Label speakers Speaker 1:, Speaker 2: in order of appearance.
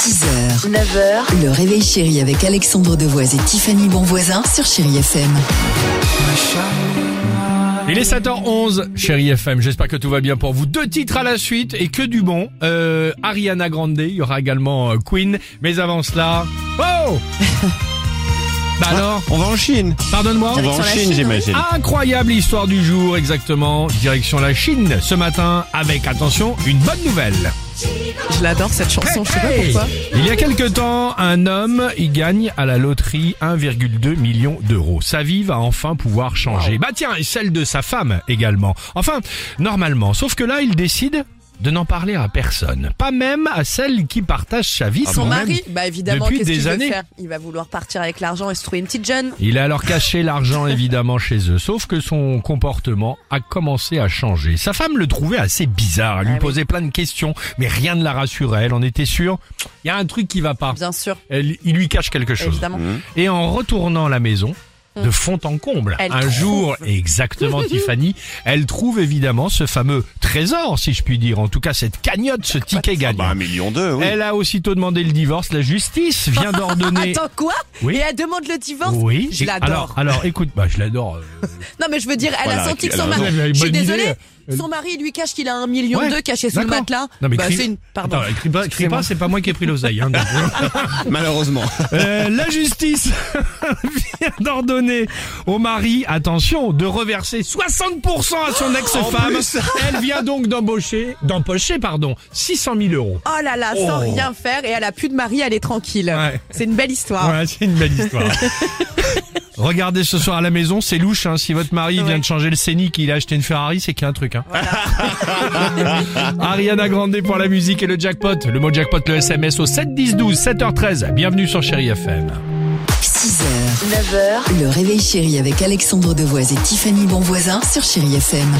Speaker 1: 6h, 9h, le réveil chéri avec Alexandre Devoise et Tiffany Bonvoisin sur Chéri FM.
Speaker 2: Il est 7h11, chérie FM. J'espère que tout va bien pour vous. Deux titres à la suite et que du bon. Euh, Ariana Grande, il y aura également euh, Queen. Mais avant cela. Oh Bah alors
Speaker 3: On va en Chine.
Speaker 2: Pardonne-moi.
Speaker 3: On va en Chine, Ah. j'imagine.
Speaker 2: Incroyable histoire du jour, exactement. Direction la Chine ce matin avec, attention, une bonne nouvelle.
Speaker 4: Je l'adore cette chanson, je sais pas
Speaker 2: Hey
Speaker 4: pourquoi.
Speaker 2: Il y a quelque temps, un homme, il gagne à la loterie 1,2 million d'euros. Sa vie va enfin pouvoir changer. Bah tiens, et celle de sa femme également. Enfin, normalement. Sauf que là, il décide de n'en parler à personne. Pas même à celle qui partage sa vie.
Speaker 4: Son
Speaker 2: quand Ah même.
Speaker 4: mari, bah évidemment,
Speaker 2: Depuis
Speaker 4: qu'est-ce
Speaker 2: des
Speaker 4: qu'il veut
Speaker 2: années.
Speaker 4: faire Il va vouloir partir avec l'argent et se trouver une petite jeune.
Speaker 2: Il a alors caché l'argent évidemment chez eux, sauf que son comportement a commencé à changer. Sa femme le trouvait assez bizarre, elle lui posait plein de questions, mais rien ne la rassurait, elle en était sûre. Il y a un truc qui va pas,
Speaker 4: Bien sûr,
Speaker 2: Elle- il lui cache quelque chose.
Speaker 4: évidemment. Hum.
Speaker 2: Et en retournant à la maison, de fond en comble,
Speaker 4: Elle
Speaker 2: un
Speaker 4: trouve.
Speaker 2: jour, exactement Tiffany, elle trouve évidemment ce fameux trésor, si je puis dire, en tout cas cette cagnotte, ce ticket gagnant.
Speaker 3: Bah, un million d'eux, oui.
Speaker 2: Elle a aussitôt demandé le divorce, la justice vient d'ordonner...
Speaker 4: Attends, quoi
Speaker 2: Oui.
Speaker 4: Et elle demande le divorce
Speaker 2: Oui,
Speaker 4: Je
Speaker 2: et-
Speaker 4: l'adore.
Speaker 2: Alors, alors, écoute, bah, je l'adore. euh,
Speaker 4: Non, mais je veux dire, elle
Speaker 3: Voilà,
Speaker 4: a senti que
Speaker 3: elle a
Speaker 4: son
Speaker 3: raison.
Speaker 4: mari.
Speaker 2: Elle avait une
Speaker 4: Je suis
Speaker 2: bonne idée.
Speaker 4: désolée,
Speaker 2: Elle-
Speaker 4: son mari il lui cache qu'il a un million
Speaker 2: Ouais,
Speaker 4: d'eux cachés sous le
Speaker 2: d'accord.
Speaker 4: matelas.
Speaker 2: Non, mais
Speaker 4: bah,
Speaker 2: crie-
Speaker 4: c'est une. Pardon.
Speaker 2: Attends, crie pas, crie
Speaker 4: Excusez-moi.
Speaker 2: pas, c'est pas moi qui ai pris l'oseille. hein, donc.
Speaker 3: Malheureusement.
Speaker 2: Euh, la justice vient d'ordonner au mari, attention, de reverser 60% à son ex-femme. Elle vient donc d'embaucher, d'empocher, pardon, 600 000 euros.
Speaker 4: Oh là là, sans
Speaker 2: Oh.
Speaker 4: rien faire et elle a plus de mari, elle est tranquille.
Speaker 2: Ouais.
Speaker 4: C'est une belle histoire.
Speaker 2: Ouais, c'est une belle histoire. Regardez ce soir à la maison, c'est louche. hein, si votre mari vient de changer le Scénic, il a acheté une Ferrari, c'est qu'il y a un truc. Hein. Ariana Grande pour la musique et le jackpot. Le mot jackpot, le SMS au 7 10 12 7h13. Bienvenue sur Chéri FM.
Speaker 1: 6h, 9h, le réveil chéri avec Alexandre Devoise et Tiffany Bonvoisin sur Chéri FM.